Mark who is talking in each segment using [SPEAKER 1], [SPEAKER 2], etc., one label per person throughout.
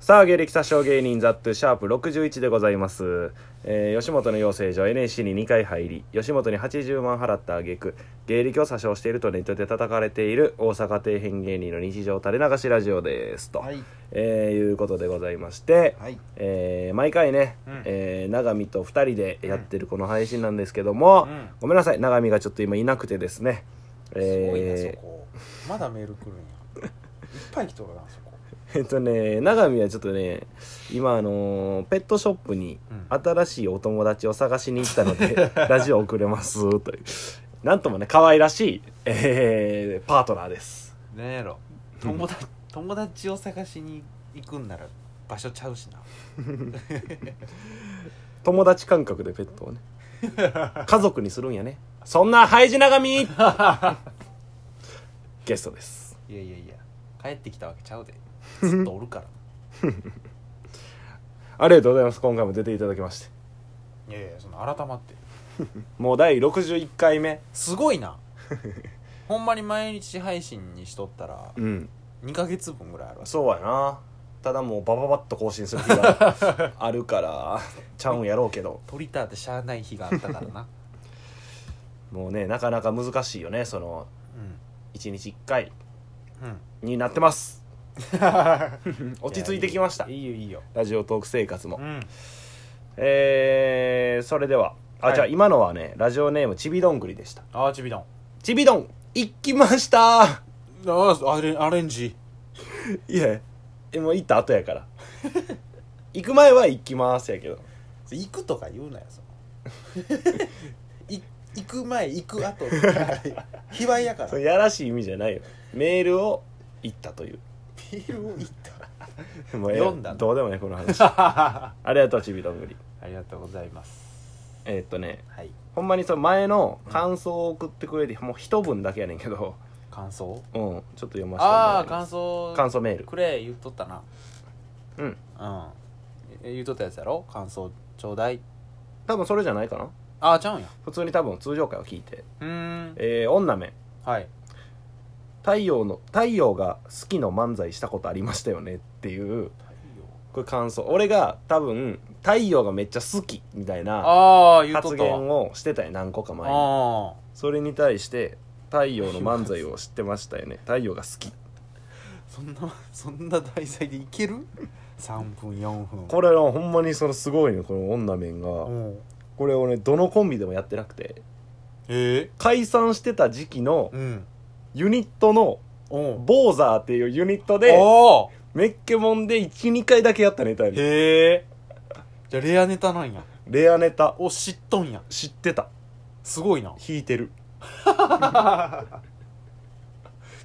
[SPEAKER 1] さあ芸歴詐称芸人ザットゥシャープ61でございます、えー吉本の養成所 NSC に2回入り吉本に80万払った挙句芸歴を詐称しているとネットで叩かれている大阪底辺芸人の日常垂れ流しラジオですと、
[SPEAKER 2] はい
[SPEAKER 1] えーいうことでございまして、
[SPEAKER 2] はい
[SPEAKER 1] えー毎回ね、
[SPEAKER 2] うん
[SPEAKER 1] えー永見と2人でやってるこの配信なんですけども、
[SPEAKER 2] うん
[SPEAKER 1] ごめんなさい永見がちょっと今いなくてですね
[SPEAKER 2] すごいなそ
[SPEAKER 1] えー
[SPEAKER 2] こまだメール来るんやいっぱい来とるなそこ
[SPEAKER 1] えっとね永見はちょっとね今あのーペットショップに
[SPEAKER 2] うん
[SPEAKER 1] 新しいお友達を探しに行ったので、 ラジオ送れますというなんともね可愛らしい、えーパートナーです
[SPEAKER 2] なんやろ友達友達を探しに行くんなら場所ちゃうしな
[SPEAKER 1] 友達感覚でペットをね家族にするんやねそんなハイジ永見ゲストです
[SPEAKER 2] いやいやいや帰ってきたわけちゃうでずっとおるから
[SPEAKER 1] ありがとうございます今回も出ていただきまして
[SPEAKER 2] いやいやその改まって
[SPEAKER 1] もう第61回目
[SPEAKER 2] すごいなほんまに毎日配信にしとったら
[SPEAKER 1] うん
[SPEAKER 2] 2ヶ月分ぐらいあるわ
[SPEAKER 1] そうやなただもうバババッと更新する日 があるからちゃうんやろうけど
[SPEAKER 2] 取りたってしゃあない日があったから な
[SPEAKER 1] もうねなかなか難しいよねその1日1回
[SPEAKER 2] うんうん
[SPEAKER 1] になってます落ち着いてきました
[SPEAKER 2] いいよいいよ
[SPEAKER 1] ラジオトーク生活も、
[SPEAKER 2] うん
[SPEAKER 1] えー、それではあ、
[SPEAKER 2] はい
[SPEAKER 1] じゃあ今のはねラジオネームちびどんぐりでした
[SPEAKER 2] あーちびどん
[SPEAKER 1] ちびどん行きました
[SPEAKER 2] ああアレアレンジ
[SPEAKER 1] いやえもう行った後やから 行く前は行きますやけど
[SPEAKER 2] 行くとか言うなよその い行く前行く後 って卑猥やから
[SPEAKER 1] そのやらしい意味じゃないよメールを行ったという
[SPEAKER 2] ビールを行った
[SPEAKER 1] もうええ
[SPEAKER 2] 読んだの
[SPEAKER 1] どうでもねこの話
[SPEAKER 2] あ
[SPEAKER 1] ありがとうちびどんぐり
[SPEAKER 2] りがとうございます
[SPEAKER 1] えーっとね
[SPEAKER 2] はい
[SPEAKER 1] ほんまにその前の感想を送ってくれて、もう一文だけやねんけど
[SPEAKER 2] 感想
[SPEAKER 1] うんちょっと読ませてもら
[SPEAKER 2] ああ
[SPEAKER 1] いま
[SPEAKER 2] 感
[SPEAKER 1] す
[SPEAKER 2] 想
[SPEAKER 1] 感想メール
[SPEAKER 2] くれ言っとったな
[SPEAKER 1] うん
[SPEAKER 2] うんえ言っとったやつやろ感想ちょうだい
[SPEAKER 1] 多分それじゃないかな
[SPEAKER 2] ああちゃうんや
[SPEAKER 1] 普通に多分通常回を聞いて
[SPEAKER 2] うーん
[SPEAKER 1] えー、女目
[SPEAKER 2] はい
[SPEAKER 1] 太陽の太陽が好きの漫才したことありましたよねっていうこれ感想俺が多分太陽がめっちゃ好きみたいな
[SPEAKER 2] ああ言っと
[SPEAKER 1] 発
[SPEAKER 2] ったわ
[SPEAKER 1] 言をしてたよ何個か前に
[SPEAKER 2] あ
[SPEAKER 1] それに対して太陽の漫才を知ってましたよね太陽が好き
[SPEAKER 2] あそんな そんな題材でいける ?3 分4分
[SPEAKER 1] これはほんまにそのすごいねこの女面が
[SPEAKER 2] うん
[SPEAKER 1] これをねどのコンビでもやってなくて
[SPEAKER 2] え
[SPEAKER 1] 解散してた時期の
[SPEAKER 2] えうん
[SPEAKER 1] ユニットの
[SPEAKER 2] お
[SPEAKER 1] ボーザーっていうユニットで
[SPEAKER 2] お
[SPEAKER 1] メッケモンで12回だけやったネタやねん
[SPEAKER 2] へえじゃあレアネタなんや
[SPEAKER 1] レアネタ
[SPEAKER 2] お知っとんや
[SPEAKER 1] 知ってた
[SPEAKER 2] すごいな
[SPEAKER 1] 弾いてる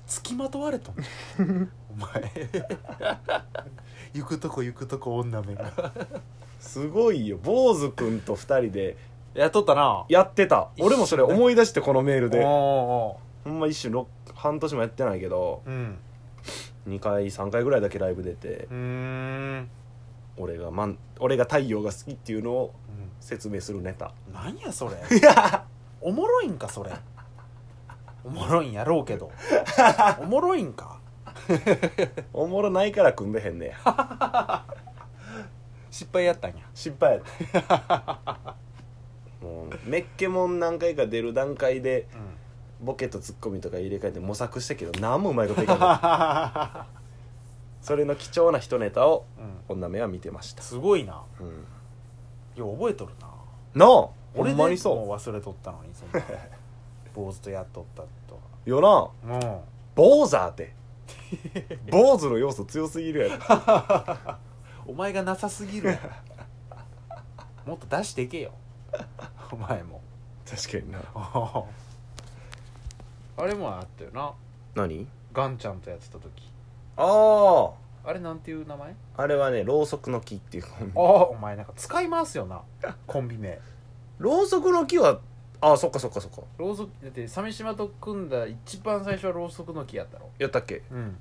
[SPEAKER 2] 付きまとわ れとんお前 行くとこ行くとこ女めが
[SPEAKER 1] すごいよ坊主くんと2人で
[SPEAKER 2] やっとったな
[SPEAKER 1] やってた
[SPEAKER 2] 一緒だ
[SPEAKER 1] 俺もそれ思い出してこのメールで
[SPEAKER 2] お
[SPEAKER 1] ほんま一瞬ろく半年もやってないけど
[SPEAKER 2] ーおーうん
[SPEAKER 1] 2回3回ぐらいだけライブ出て
[SPEAKER 2] うーん
[SPEAKER 1] 俺がマン俺が太陽が好きっていうのを説明するネタ
[SPEAKER 2] うんなんやそれおもろいんかそれおもろいんやろうけ どおもろいんか
[SPEAKER 1] おもろないから組んでへんねや
[SPEAKER 2] 失敗やったんや
[SPEAKER 1] 失敗やった もうメッケモン何回か出る段階で
[SPEAKER 2] うん
[SPEAKER 1] ボケとツッコミとか入れ替えて模索したけど何もうまいこといか ない
[SPEAKER 2] うん
[SPEAKER 1] それの貴重な一ネタを女目は見てました、
[SPEAKER 2] すごいな
[SPEAKER 1] うん、
[SPEAKER 2] よう覚えとるな
[SPEAKER 1] なあほ
[SPEAKER 2] 俺
[SPEAKER 1] ん
[SPEAKER 2] で
[SPEAKER 1] ま
[SPEAKER 2] もう
[SPEAKER 1] にそ
[SPEAKER 2] 忘れとったのにそん な坊主とやっとったとは
[SPEAKER 1] うよな
[SPEAKER 2] も
[SPEAKER 1] 坊主って 坊主の要素強すぎるやろ
[SPEAKER 2] うお前がなさすぎるや んもっと出していけよお前も
[SPEAKER 1] 確かにな
[SPEAKER 2] あれもあったよな
[SPEAKER 1] 何
[SPEAKER 2] ガンちゃんとやってた時
[SPEAKER 1] あ
[SPEAKER 2] あれなんていう名前
[SPEAKER 1] ああれはねろうそくの木っていうコンビ
[SPEAKER 2] ああお前なんか使い回すよなコンビ 名
[SPEAKER 1] ろうそくの木はああそっかそっかそっか
[SPEAKER 2] ろうそくだって鮫島と組んだ一番最初はろうそくの木やったろ
[SPEAKER 1] やったっけ
[SPEAKER 2] うん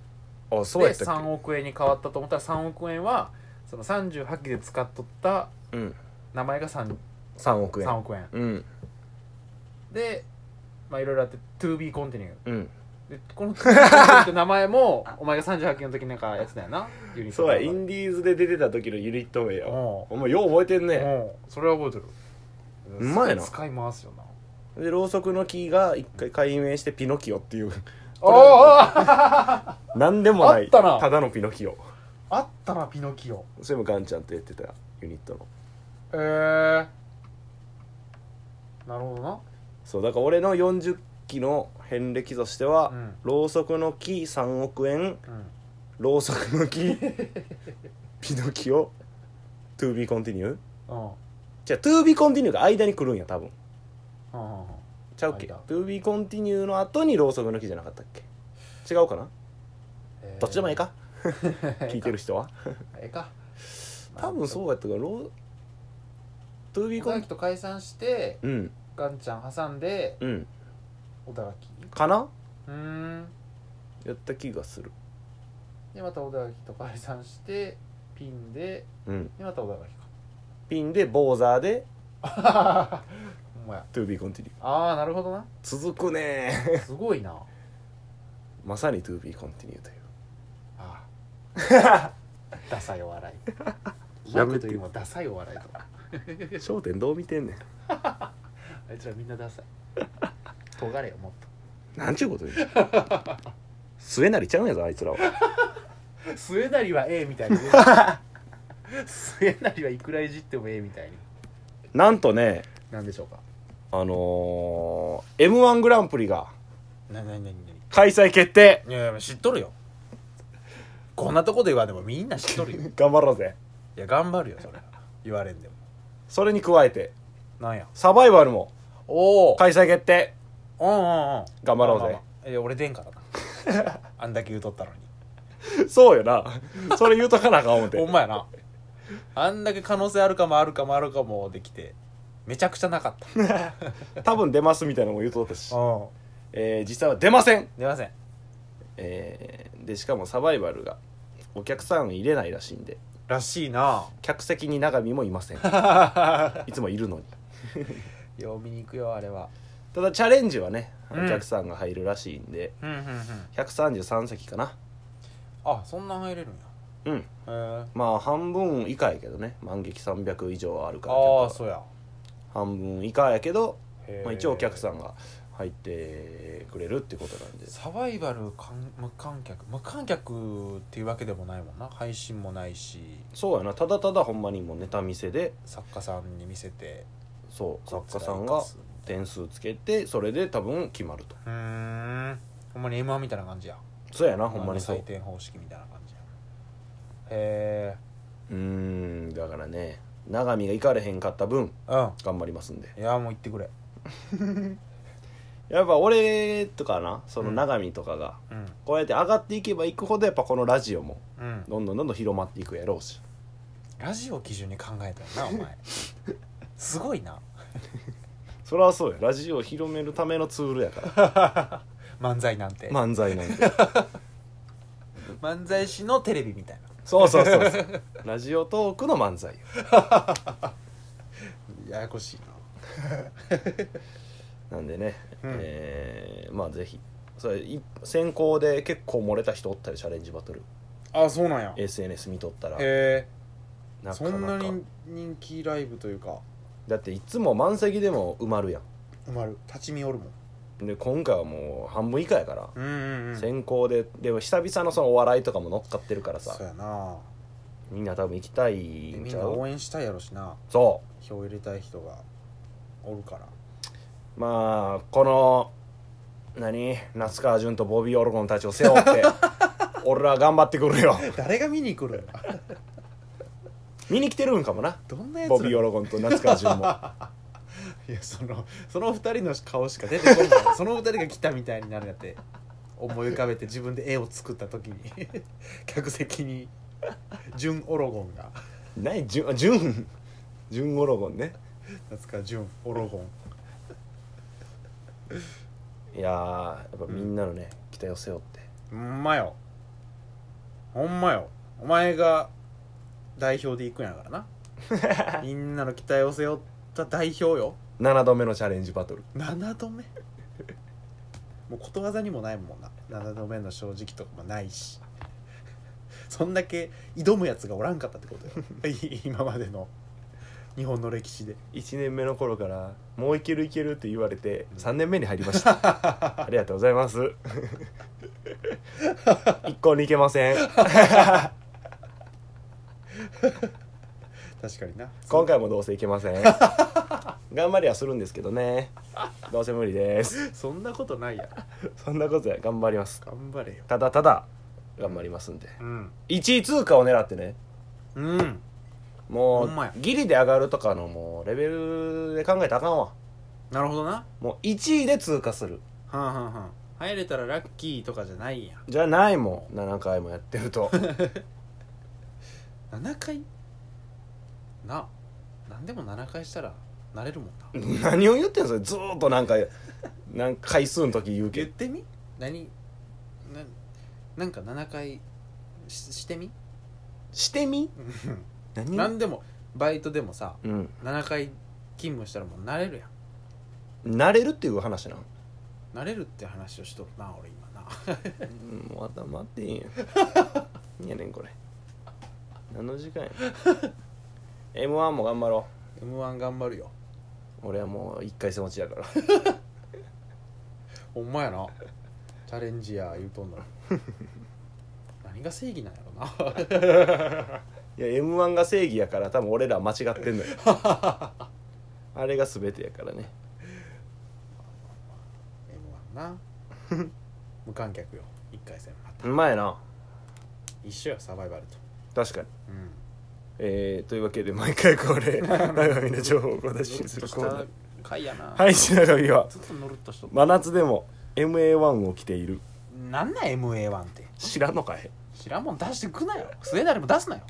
[SPEAKER 1] あそうや
[SPEAKER 2] で
[SPEAKER 1] ったっ
[SPEAKER 2] 3億円に変わったと思ったら3億円はその38期で使っとった
[SPEAKER 1] けうん
[SPEAKER 2] 名前が 3,
[SPEAKER 1] 3億円
[SPEAKER 2] 3億円
[SPEAKER 1] うん
[SPEAKER 2] でまあいろいろあって 2B コンティニュー
[SPEAKER 1] うん
[SPEAKER 3] でこのって名前 もお前が38期の時なんかやつだよなユニット
[SPEAKER 1] そうやインディーズで出てた時のユニット名や
[SPEAKER 3] お
[SPEAKER 1] お前よう覚えてん
[SPEAKER 3] う
[SPEAKER 1] ね
[SPEAKER 3] んそれは覚えてる
[SPEAKER 1] うまいな
[SPEAKER 3] 使い回すよな
[SPEAKER 1] でろうそくの木が一回解明してピノキオっていう
[SPEAKER 3] ああ
[SPEAKER 1] 何でもない
[SPEAKER 3] あったな
[SPEAKER 1] ただのピノキオ
[SPEAKER 2] あったなピノキオ
[SPEAKER 1] それもガンちゃんとやってたユニットの
[SPEAKER 3] えー、なるほどな
[SPEAKER 1] そうだから俺の40期の遍歴としては、
[SPEAKER 3] うん
[SPEAKER 1] ろうそくの木3億円
[SPEAKER 3] うん
[SPEAKER 1] ろうそくの木 ピノキオ To be continue
[SPEAKER 3] うん
[SPEAKER 1] じゃあ To be continue が間に来るんや多分
[SPEAKER 3] うんうん
[SPEAKER 1] ちゃうっけ
[SPEAKER 3] 間
[SPEAKER 1] To be continue の後にろうそくの木じゃなかったっけ違うかな
[SPEAKER 3] えー
[SPEAKER 1] どっちでもい いか
[SPEAKER 3] 聞
[SPEAKER 1] 聞いてる人は
[SPEAKER 3] ええか
[SPEAKER 1] 多分そうやったからろう To be
[SPEAKER 3] 小田垣
[SPEAKER 1] continue
[SPEAKER 3] と解散して
[SPEAKER 1] うん
[SPEAKER 3] ガンちゃん挟んで
[SPEAKER 1] うん
[SPEAKER 3] 小田垣
[SPEAKER 1] かな
[SPEAKER 3] うーん
[SPEAKER 1] やった気がする
[SPEAKER 3] でまた小田垣と解散してピンで
[SPEAKER 1] うん
[SPEAKER 3] でまた小田垣
[SPEAKER 1] ピンでボーザーで
[SPEAKER 3] か ほんまや
[SPEAKER 1] To be continue
[SPEAKER 3] ああなるほどな
[SPEAKER 1] 続くねー
[SPEAKER 3] すごいな
[SPEAKER 1] まさに To be continue という
[SPEAKER 3] あ あダサいお笑い
[SPEAKER 1] や
[SPEAKER 3] や
[SPEAKER 1] めて
[SPEAKER 3] めというもダサいお笑いと
[SPEAKER 1] 『笑点』どう見てんねん
[SPEAKER 3] あいつらみんなダ サい尖れよもっ
[SPEAKER 1] なんちゅうこと言うの末なりちゃうんやぞあいつらは
[SPEAKER 3] と末なりはええみたいに言うな 末なりはいくらいじってもええみたいに
[SPEAKER 1] なんとね
[SPEAKER 3] なんでしょうか
[SPEAKER 1] あのー、m 1グランプリが
[SPEAKER 2] ななになにな
[SPEAKER 1] 開催決定
[SPEAKER 2] にいやいや知っとるよこんなとこで言わんでもみんな知っとるよい
[SPEAKER 1] 頑張ろうぜ
[SPEAKER 2] や頑張るよそれは言われんでも
[SPEAKER 1] それに加えて
[SPEAKER 2] なんや
[SPEAKER 1] サバイバルも
[SPEAKER 2] おお
[SPEAKER 1] 開催決定
[SPEAKER 2] うんうんうん
[SPEAKER 1] 頑張ろうぜ
[SPEAKER 2] まあまあまあいや俺出んから なあんだけ言うとったのに
[SPEAKER 1] そうよなそれ言うとかなあかん思 って
[SPEAKER 2] ほんまやなあんだけ可能性あるかもあるかもあるかもできてめちゃくちゃなかったう
[SPEAKER 1] 多分出ますみたいなのも言うとったし、
[SPEAKER 2] ん
[SPEAKER 1] えー、実際は出ません、
[SPEAKER 2] 出ません
[SPEAKER 1] えー、でしかもサバイバルがお客さん入れないらしいんで
[SPEAKER 2] らしい な
[SPEAKER 1] 客席に永見もいま せんいつもいるのに
[SPEAKER 2] よう見に行くよあれは
[SPEAKER 1] ただチャレンジはねお
[SPEAKER 2] うん
[SPEAKER 1] 客さんが入るらしいんで、
[SPEAKER 2] うんうんうん
[SPEAKER 1] 133席かな
[SPEAKER 2] あそんなん入れるん
[SPEAKER 1] うん
[SPEAKER 2] やへえ
[SPEAKER 1] まあ半分以下やけどね満劇300以上はあるから
[SPEAKER 2] ああ
[SPEAKER 1] 客
[SPEAKER 2] そ
[SPEAKER 1] は
[SPEAKER 2] うや
[SPEAKER 1] 半分以下やけど、まあ、一応お客さ
[SPEAKER 2] ん
[SPEAKER 1] んが入ってくれるってことなんで
[SPEAKER 2] サバイバル観無観客無観客っていうわけでもないもんな配信もないし
[SPEAKER 1] そうやなただただほんまにもうネタ見せで
[SPEAKER 2] 作家さんに見せて
[SPEAKER 1] そう
[SPEAKER 2] こ
[SPEAKER 1] 作家
[SPEAKER 2] っちが
[SPEAKER 1] さん
[SPEAKER 2] 生
[SPEAKER 1] が
[SPEAKER 2] かすみたい
[SPEAKER 1] 点数つけてそれで多分決まると
[SPEAKER 2] うーんほんまに m 1みたいな感じや
[SPEAKER 1] そうやなほんまにそう
[SPEAKER 2] 採点方式みたいな感じやへ
[SPEAKER 1] うーんだからね永見が行かれへんかった分
[SPEAKER 2] えうん
[SPEAKER 1] 頑張りますんで
[SPEAKER 2] いやもう行ってくれ
[SPEAKER 1] やっぱ俺とかなその
[SPEAKER 2] うん
[SPEAKER 1] 永見とかが、
[SPEAKER 2] うん
[SPEAKER 1] こうやって上がっていけばいくほどやっぱこのラジオも
[SPEAKER 2] うん
[SPEAKER 1] どんどんどんどん広まっていくやろうし
[SPEAKER 2] ラジオ基準に考えたよなお前 すごいな
[SPEAKER 1] それはそうやラジオを広めるためのツールやから
[SPEAKER 2] 漫才なんて、
[SPEAKER 1] 漫才なんて
[SPEAKER 2] 漫才師のテレビみたい
[SPEAKER 1] そうそうそうそうラジオトークの漫才よ
[SPEAKER 2] なややこしいな
[SPEAKER 1] なんでね、
[SPEAKER 2] うん
[SPEAKER 1] えーまあぜひそれい先行で結構漏れた人おったりチャレンジバトル
[SPEAKER 2] あそうなんやへ
[SPEAKER 1] SNS 見とったら
[SPEAKER 2] え
[SPEAKER 1] なか
[SPEAKER 2] そん
[SPEAKER 1] な
[SPEAKER 2] な
[SPEAKER 1] か
[SPEAKER 2] に人気ライブというか
[SPEAKER 1] だっていつも満席でも埋まるや
[SPEAKER 2] 埋まる立ち見おるもん
[SPEAKER 1] んで今回はもう半分以下やから、
[SPEAKER 2] うんうんうん
[SPEAKER 1] 先行ででも久々のそのお笑いとかも乗っかってるから
[SPEAKER 2] そう
[SPEAKER 1] さ
[SPEAKER 2] やな
[SPEAKER 1] みんな多分行きたい
[SPEAKER 2] で
[SPEAKER 1] ん
[SPEAKER 2] み
[SPEAKER 1] ち
[SPEAKER 2] ん
[SPEAKER 1] ゃ
[SPEAKER 2] な応
[SPEAKER 1] う
[SPEAKER 2] 援したいやろしな
[SPEAKER 1] そ
[SPEAKER 2] 票入れたい人がおるから
[SPEAKER 1] うまあこの何夏川潤とボビー・オルゴンたちを背負って 俺ら頑張ってくるよ
[SPEAKER 2] 誰が見に来る
[SPEAKER 1] 見に来てるんかもな
[SPEAKER 2] どんなやつら
[SPEAKER 1] ボビー・オルゴンと夏川潤も
[SPEAKER 2] いやそのその二人の顔しか出てこないその二人が来たみたいになるやって思い浮かべて自分で絵を作った時に 客席に純オロゴンが
[SPEAKER 1] 何潤潤潤オルゴンね
[SPEAKER 2] 夏川純オロゴン
[SPEAKER 1] いやーやっぱみんなのね、期待を背負って
[SPEAKER 2] ほんまよほんまよお前が代表で行くんやから なみんなの期待を背負った代表よ
[SPEAKER 1] 7度目のチャレンジバトル
[SPEAKER 2] 7度目もうことわざにもないもんな7度目の正直とかもないしそんだけ挑むやつがおらんかったってことよ い今までの日本の歴史で
[SPEAKER 1] 1年目の頃から「もういけるいける」って言われて3年目に入りました ありがとうございます一向にいけません
[SPEAKER 2] 確かにな
[SPEAKER 1] 今回もどうせいけません頑張りはするんですけどねどうせ無理です
[SPEAKER 2] そんなことないやろ
[SPEAKER 1] そんなことで頑張ります
[SPEAKER 2] 頑張れよ
[SPEAKER 1] ただただ頑張りますんで
[SPEAKER 2] うん
[SPEAKER 1] 1位通過を狙ってね
[SPEAKER 2] うん
[SPEAKER 1] もう
[SPEAKER 2] ほんまや
[SPEAKER 1] ギリで上がるとかのもうレベルで考えたらあかんわ
[SPEAKER 2] なるほどな
[SPEAKER 1] もう1位で通過する
[SPEAKER 2] はんはんはん入れたらラッキーとかじゃないやん
[SPEAKER 1] じゃないもん7回もやってると
[SPEAKER 2] 7回な何でも7回したらなれるもん な
[SPEAKER 1] 何を言ってんのそれずーっとなんかなんか回数の時言うけ
[SPEAKER 2] 言っ
[SPEAKER 1] ど
[SPEAKER 2] てみ何ななんか7回しして み
[SPEAKER 1] してみ何
[SPEAKER 2] 何でもバイトでもさ
[SPEAKER 1] うん
[SPEAKER 2] 7回勤務したらもう慣れるやん
[SPEAKER 1] 慣れるっていう話なん
[SPEAKER 2] 慣れるって話をしとるな俺今な
[SPEAKER 1] うんもう頭っていいんや いやねんこれ何の時間や m 1も頑張ろ
[SPEAKER 2] m 1頑張るよ
[SPEAKER 1] う俺はもう一回戦落ちやから
[SPEAKER 2] ほんまやなチャレンジや言うとんの に何が正義なんやろない
[SPEAKER 1] や m 1が正義やから多分俺らは間違ってんのよ あれが全てやからね
[SPEAKER 2] m 1な 無観客よ1回戦また
[SPEAKER 1] うまいな
[SPEAKER 2] 一緒やサバイバルと
[SPEAKER 1] 確かに
[SPEAKER 2] うん
[SPEAKER 1] えー、というわけで毎回これ長見の情報を小出しにす
[SPEAKER 2] ず
[SPEAKER 1] る
[SPEAKER 2] っ
[SPEAKER 1] コーナー
[SPEAKER 2] 回やな
[SPEAKER 1] はい長見は
[SPEAKER 2] ずっとぬるっとしとった
[SPEAKER 1] 真夏でも MA1 を着ている
[SPEAKER 2] なんなん MA1 って
[SPEAKER 1] 知らんのかい
[SPEAKER 2] 知らんもん出してくなよ末なりも出すなよ